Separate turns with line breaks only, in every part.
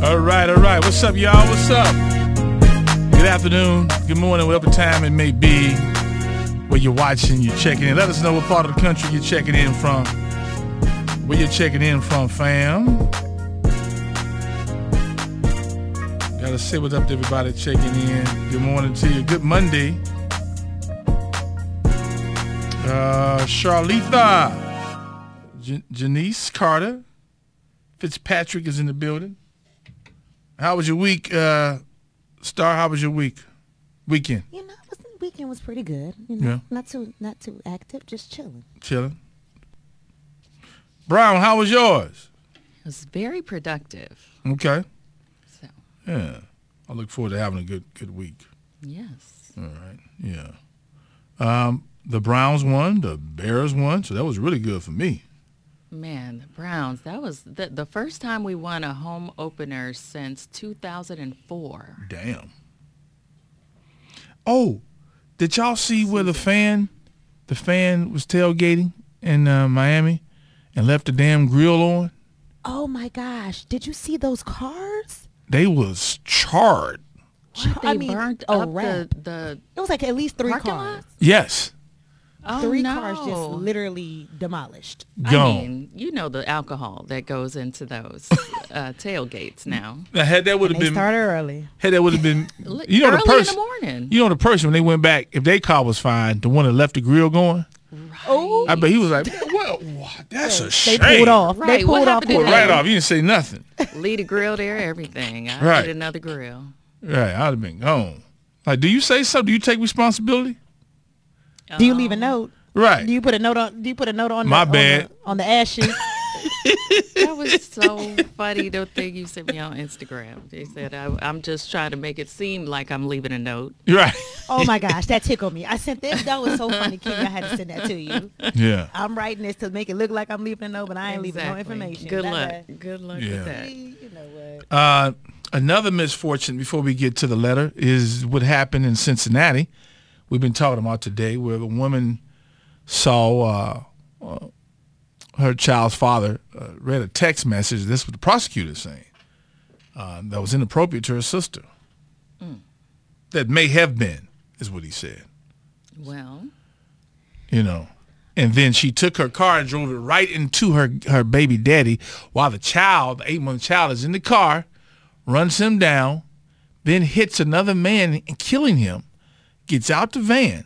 right, all right. What's up, y'all? What's up? Good afternoon, good morning, whatever time it may be where you're watching, you're checking in. Let us know what part of the country you're checking in from. Where you're checking in from, fam. Gotta say what's up to everybody checking in. Good morning to you. Good Monday. Uh, Charlitha, Jan- Janice Carter, Fitzpatrick is in the building. How was your week, uh, Star? How was your week, weekend?
You know, it was, the weekend was pretty good. You know,
Yeah.
not too not too active, just chilling.
Chilling. Brown, how was yours?
It was very productive.
Okay.
So,
Yeah. I look forward to having a good good week.
yes.
All right. Yeah. Um, the Browns won, the Bears won, so that was really good for me.
Man, the Browns, that was the, the first time we won a home opener since 2004.
Damn. Oh, did y'all see where the fan the fan was tailgating in uh, Miami and left the damn grill on?
Oh my gosh, did you see those cars?
They was charred.
What?
They
I mean,
burned
a
up the,
wrap.
the
It was like at least three
parking
cars.
Yes.
lot.
Three
Oh, no.
cars just literally demolished.
Gone.
I mean, you know the alcohol that goes into those uh, tailgates now.
now, had that would have
They
been
started early.
Hey, that would have been
Li-
you know
early
the person
in the morning.
You know the person when they went back, if their car was fine, the one that left the grill going,
Oh,
I bet he was like, "Man, well, wow, that's a
they
shame.
pulled off. They
Right, what
pulled off.
happened to
Pulled
quick.
that?
right off. You didn't say nothing.
Lead a grill there, everything. I
Right.
need another grill.
Right, I'd have been gone. Like, do you say something? Do you take responsibility?
Do you
Oh.
leave a note?
Right.
Do you put a note on? Do you put a note on?
My
the, on
bad.
the- On the, ashes.
That was so funny. The thing you sent me on Instagram. They said I, I'm just trying to make it seem like I'm leaving a note.
right.
oh my gosh, that tickled me. I sent that. That was so funny, Kenya. I had to send that to you.
Yeah.
I'm writing this to make it look like I'm leaving a note, but I ain't leaving no
Exactly.
information.
Good luck.
Bye-bye.
Good luck
Yeah.
with that.
You know what?
Uh, another misfortune before we get to the letter is what happened in Cincinnati. We've been talking about today, where the woman saw uh, uh, her child's father uh, read a text message. This was the prosecutor saying uh, that was inappropriate to her sister. That may have been, is what he said.
Well,
You know. And then she took her car and drove it right into her her baby daddy while the child, the eight month child, is in the car, runs him down, then hits another man and killing him, gets out the van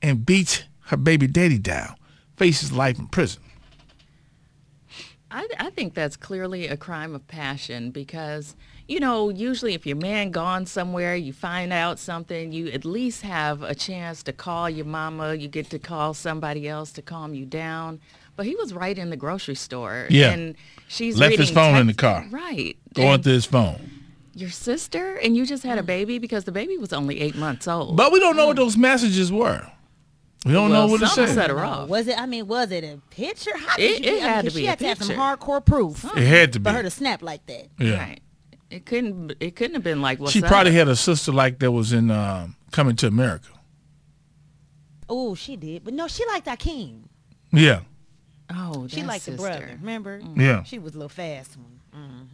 and beats her baby daddy down, faces life in prison.
I, I think that's clearly a crime of passion because, you know, usually if your man gone somewhere, you find out something, you at least have a chance to call your mama. You get to call somebody else to calm you down. But he was right in the grocery store.
Yeah.
And she's
Left his
reading
phone in
text-
the car.
Right.
Going
And
through his phone.
your sister and you just had a baby because the baby was only eight months old.
Mm. But we don't know what those messages were. We don't
Well,
know what it
some
said.
set her off.
Was it? I mean, was it a picture? How did
It-
you,
it
I mean,
had
'cause
to be
She
a
had to have some
picture.
hardcore proof
It had to be.
for her to snap like that.
yeah.
Right. It couldn't. It couldn't have been like. What's
She
up?
probably had a sister like that was in um, Coming to America.
Oh, she did, but no, she liked Akeem.
Yeah.
Oh,
She
that
liked the
sister. Mm.
brother. Remember?
Yeah.
She was a little fast one.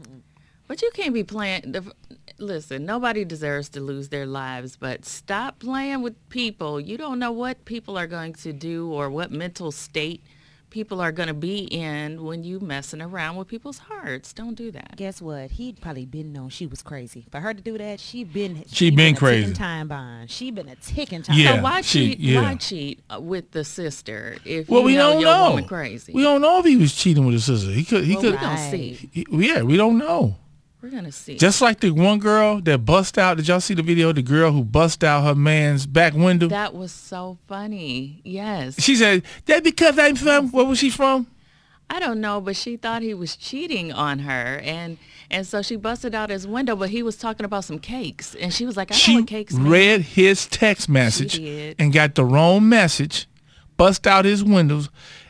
But you can't be playing. The, listen, nobody deserves to lose their lives, but stop playing with people. You don't know what people are going to do or what mental state people are going to be in when you messing around with people's hearts. Don't do that.
Guess what? He'd probably been known she was crazy. For her to do that, she been
She been
a
crazy.
ticking time bomb. She been a ticking time.
Yeah.
so why
she-
cheat?
yeah.
Why cheat uh, with the sister if
Well,
you
we
know
don't
your
know.
woman crazy?
We don't know if he was cheating with his sister. He could. He
Well,
could.
we gonna
Right.
see.
he- yeah, we don't know.
We're gonna see.
Just like the one girl that bust out. Did y'all see the video? of The girl who bust out her man's back window.
that was so funny. Yes.
she said that because I'm from. Where was she from?
I don't know, but she thought he was cheating on her, and and so she busted out his window. But he was talking about some cakes, and she was like, "I don't know
She
what cakes." mean."
read his text message
did.
and got the wrong message. Bust out his windows,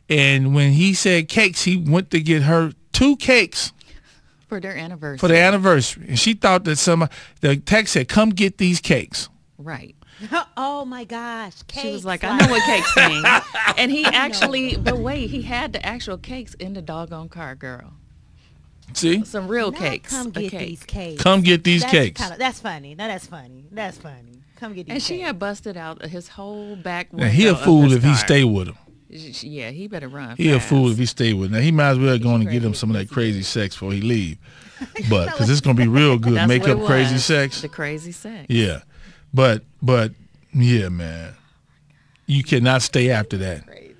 and when he said cakes, he went to get her two cakes
for their anniversary.
for the anniversary, and she thought that some. The text said, "Come get these cakes."
right.
oh my gosh.
She was
Cakes,
like, "I know what cakes mean," and he actually. But wait, he had the actual cakes in the doggone car, girl.
See?
Some real
Now
cakes.
Come
a
get
cake.
these cakes.
Come get these
that's
cakes.
kinda- that's funny. No, that's funny. That's funny. Come get these.
And she
cakes.
had busted out his whole back window.
now he a
of the
fool if he
star.
stay with him.
Sh- sh- Yeah, he better run.
He a
fast.
fool if he stay with him. Now he might as well go on and get
crazy.
him some of that crazy sex before he leave. But because it's gonna be real good.
That's
Make
what
up
it
crazy
was,
sex.
The crazy sex.
Yeah. But but yeah, man. You cannot stay after that.
Crazy.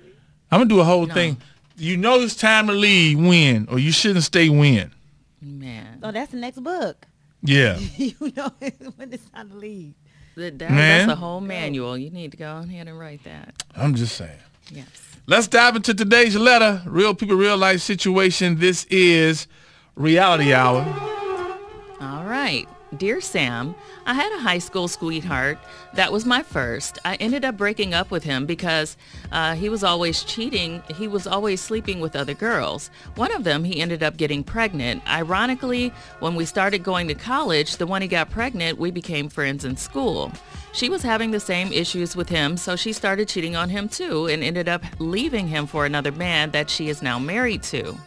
I'm gonna do a whole thing. You know it's time to leave when or you shouldn't stay when.
Man.
Oh, that's the next book.
Yeah.
you know when it's time to leave.
That, that,
Man.
That's a whole manual. You need to go on ahead and write that.
I'm just saying.
Yes.
Let's dive into today's letter. Real people, real life situation. This is reality hour.
All right. Dear Sam, I had a high school sweetheart. That was my first. I ended up breaking up with him because uh, he was always cheating. He was always sleeping with other girls. One of them, he ended up getting pregnant. Ironically, when we started going to college, the one he got pregnant, we became friends in school. She was having the same issues with him, so she started cheating on him too and ended up leaving him for another man that she is now married to.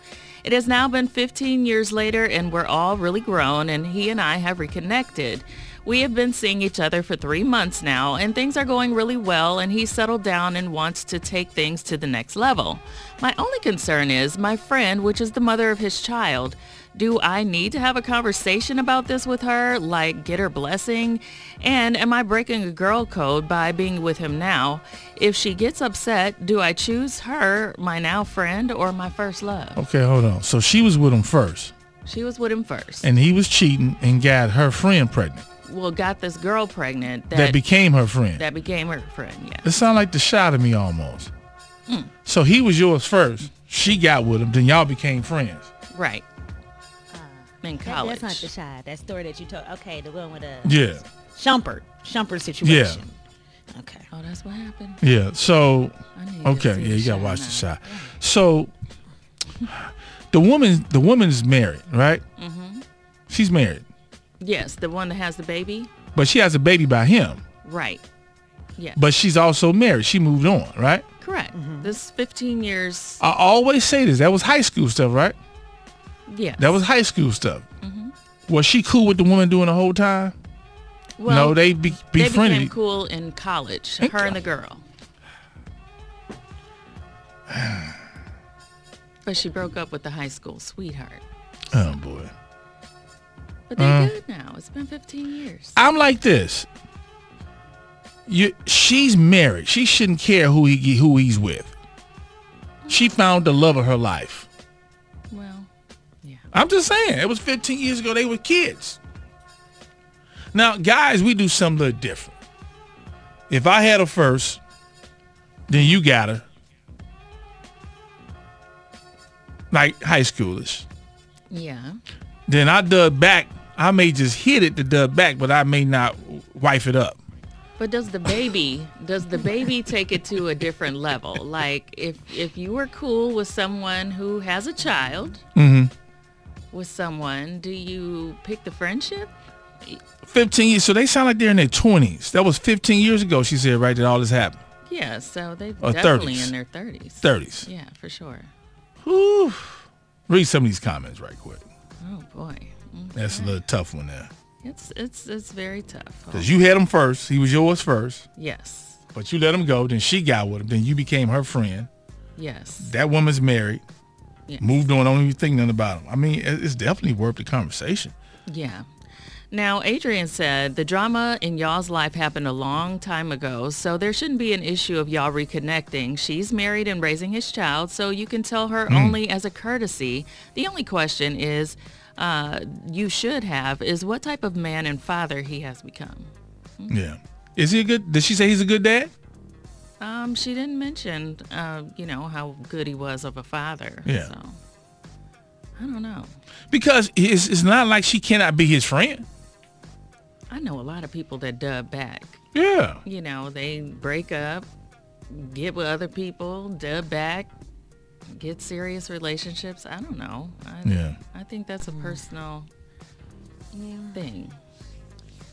It has now been 15 years later and we're all really grown and he and I have reconnected. We have been seeing each other for three months now and things are going really well and he's settled down and wants to take things to the next level. My only concern is my friend, which is the mother of his child, do I need to have a conversation about this with her, like get her blessing? And am I breaking a girl code by being with him now? If she gets upset, do I choose her, my now friend, or my first love?
Okay, hold on. So she was with him first,
She was with him first.
and he was cheating and got her friend pregnant.
well, got this girl pregnant that
That
that,
became her friend.
became her friend. Yeah.
It sounded like the shot of me almost. So he was yours first. She got with him. Then y'all became friends.
Right. In
Uh, That-
college.
that's not the shy. That story that you told. Okay, the one with the
Yeah.
Shumpert. Shumpert situation. Okay.
oh, that's what happened.
Yeah. So
I need to
okay.
see
Yeah, you gotta
Shine
watch the
now.
shot. So the woman, the woman's married, right? Mm-hmm. She's married,
Yes, the one that has the baby.
but she has a baby by him.
Right. Yeah.
But she's also married. She moved on, right?
Correct.
Mm-hmm.
This 15 years.
I always say this. That was high school stuff, right?
Yeah.
That was high school stuff. Was she cool with the woman doing the whole time? no, they be,
they
befriended.
became cool in college.
Thank
Her and
God.
the girl. But she broke up with the high school sweetheart.
Oh boy.
But they're
Uh.
good now. It's been 15 years.
I'm like this. You, she's married. She shouldn't care who he who he's with. She found the love of her life.
Well, yeah.
I'm just saying, it was 15 years ago. They were kids. Now, guys, we do something a little different. If I had her first, then you got her. Like high schoolers.
Yeah.
then I dug back. I may just hit it to dug back, but I may not wife it up.
But does the baby does the baby take it to a different level? Like if if you were cool with someone who has a child with someone, do you pick the friendship?
15 years. So they sound like they're in their 20s. That was 15 years ago, she said, right, that all this happened.
Yeah, so they
Or
definitely
30s.
in their thirties.
30s.
Yeah, for sure.
Whew. Read some of these comments right quick.
Oh boy, Mm.
That's a little tough one there.
it's it's it's very tough.
Because you had him first. He was yours first.
Yes,
But you let him go. Then she got with him. Then you became her friend.
yes,
That woman's married.
Yeah.
Moved on. Don't even think nothing about him. I mean, it- it's definitely worth the conversation.
yeah. Now, Adrian said the drama in y'all's life happened a long time ago, so there shouldn't be an issue of y'all reconnecting. She's married and raising his child, so you can tell her only as a courtesy. The only question is, uh, you should have, is what type of man and father he has become.
Yeah. Is he a good? Did she say he's a good dad?
Um, she didn't mention, uh, you know, how good he was of a father.
Yeah.
So. I don't know.
Because it's, it's not like she cannot be his friend.
I know a lot of people that dub back.
Yeah.
You know, they break up, get with other people, dub back, get serious relationships. I don't know. I,
Yeah.
I think that's a personal
Yeah.
thing.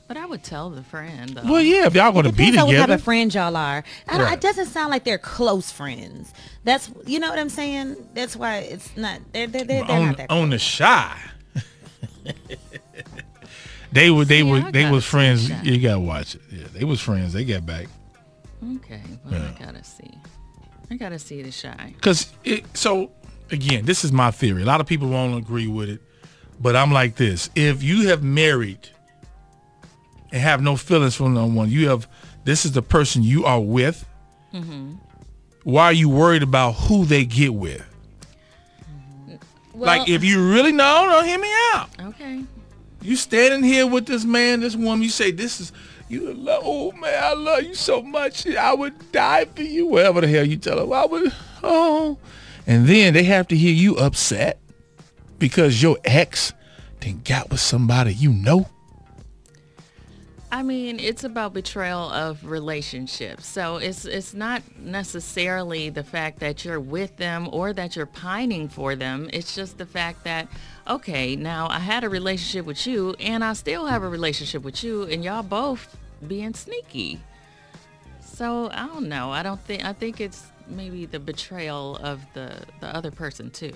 But I would tell the friend. Though.
Well, yeah, if y'all going to be
Depends on what type
together,
of friends y'all are. I don't,
Right.
It doesn't sound like they're close friends. That's you know what I'm saying. That's why it's not. They're, they're, they're, they're
on
not that.
on the shy. they were they
See,
were
I
they
gotta
was friends.
see that.
You gotta watch it. Yeah, they was friends. They got back
Okay. Well, I gotta see. I gotta see the shy.
because it. So again, this is my theory. A lot of people won't agree with it, but I'm like this: if you have married and have no feelings for no one, you have this is the person you are with.
Mm-hmm.
Why are you worried about who they get with?
Well,
like if you really no no hear me out.
okay.
You standing here with this man, this woman. You say this is you. the lo- Oh man, I love you so much. I would die for you. Whatever the hell you tell her, I would. Oh, and then they have to hear you upset because your ex then got with somebody you know.
I mean, it's about betrayal of relationships. So it's it's not necessarily the fact that you're with them or that you're pining for them. It's just the fact that okay, now I had a relationship with you and I still have a relationship with you and y'all both being sneaky. So I don't know. I don't think I think it's maybe the betrayal of the the other person too.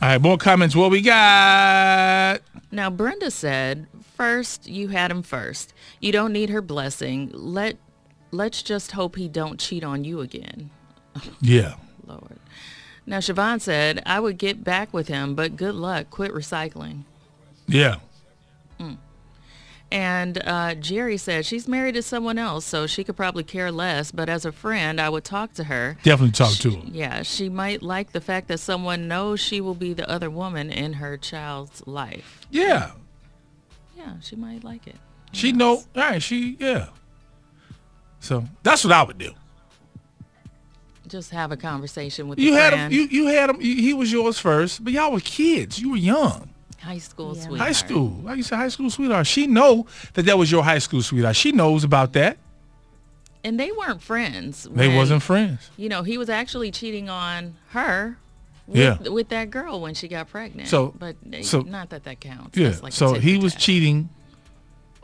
All right, more comments. What we got?
Now, Brenda said, first, you had him first. You don't need her blessing. Let, let's just hope he don't cheat on you again.
Yeah,
Lord. Now, Siobhan said, I would get back with him, but good luck. Quit recycling.
yeah.
And uh, Jerry said, she's married to someone else, so she could probably care less. But as a friend, I would talk to her.
Definitely talk to him.
Yeah, she might like the fact that someone knows she will be the other woman in her child's life.
Yeah,
Yeah, she might like it.
she know. All right, she yeah. So that's what I would do.
Just have a conversation with
You
the
had him.
friend.
You you had him. He was yours first, but y'all were kids. You were young.
High school
Yeah.
sweetheart.
High school. Like you said, high school sweetheart. She know that that was your high school sweetheart. She knows about that.
And they weren't friends.
They
when-
wasn't friends.
You know, he was actually cheating on her. With,
Yeah.
with that girl when she got pregnant.
So-
but they-
so-
not that that counts.
Yeah.
That's like a
so
tit
he
for
was
tat.
cheating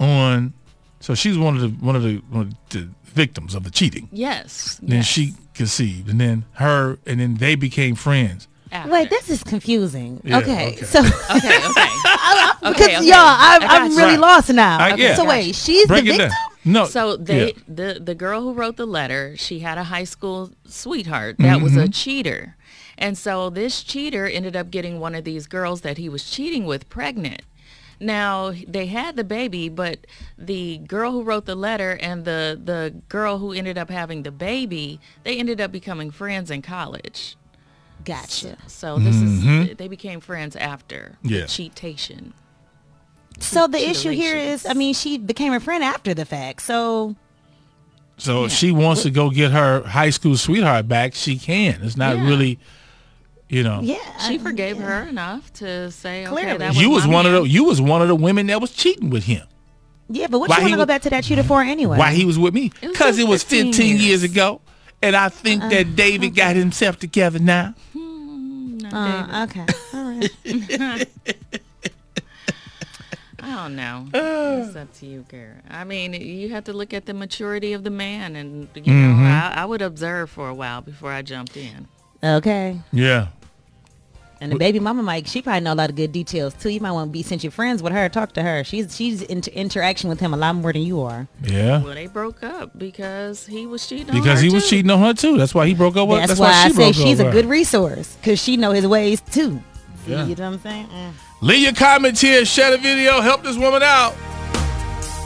on. So she's one of the one of the one of the victims of the cheating.
Yes.
Then
yes,
she conceived, and then her, and then they became friends.
after.
Wait, this is confusing.
Yeah,
okay,
okay.
so
okay. Okay.
because
okay.
y'all, I'm,
I got
I'm
you.
really
Right.
lost now.
I- yeah.
So wait, she's
Break
the
it
victim.
down. No.
So they
Oh, yeah.
the the girl who wrote the letter, she had a high school sweetheart that was
Mm-hmm.
a cheater. And so this cheater ended up getting one of these girls that he was cheating with pregnant. Now they had the baby, but the girl who wrote the letter and the the girl who ended up having the baby, they ended up becoming friends in college.
Gotcha.
So this is they became friends after
Mm-hmm. Yeah.
the cheatation.
So the issue here is, I
Generations.
mean, she became a friend after the fact. So
So if she wants to go get her high school sweetheart back, she can. It's not
Yeah.
really, you know.
Uh, yeah,
She forgave her enough to say, okay,
Clearly.
that was
You was
my
one
man.
of the you was one of the women that was cheating with him.
yeah. But what
Why
you
he
want to
wa-
go back to that cheater for anyway?
why he was with me
It was
because
just
it was 15,
15
years.
years.
ago and i think that david got himself together now
Not David.
Uh, okay. All right.
I don't know. it's up to you, girl. I mean, you have to look at the maturity of the man, and you
Mm-hmm.
know, I, I would observe for a while before I jumped in.
Okay.
yeah
And the baby mama, Mike, she probably know a lot of good details too. You might want to be since you're friends with her, talk to her. She's she's inter- interaction with him a lot more than you are.
yeah
Well, they broke up because he was cheating. on
because
her,
he was
too.
cheating on her too that's why he broke up with
that's,
that's
why, I
she
say
broke up
she's a
with
good
her.
resource because she know his ways too.
Yeah.
You know what I'm saying? Mm.
leave your comments here share the video help this woman out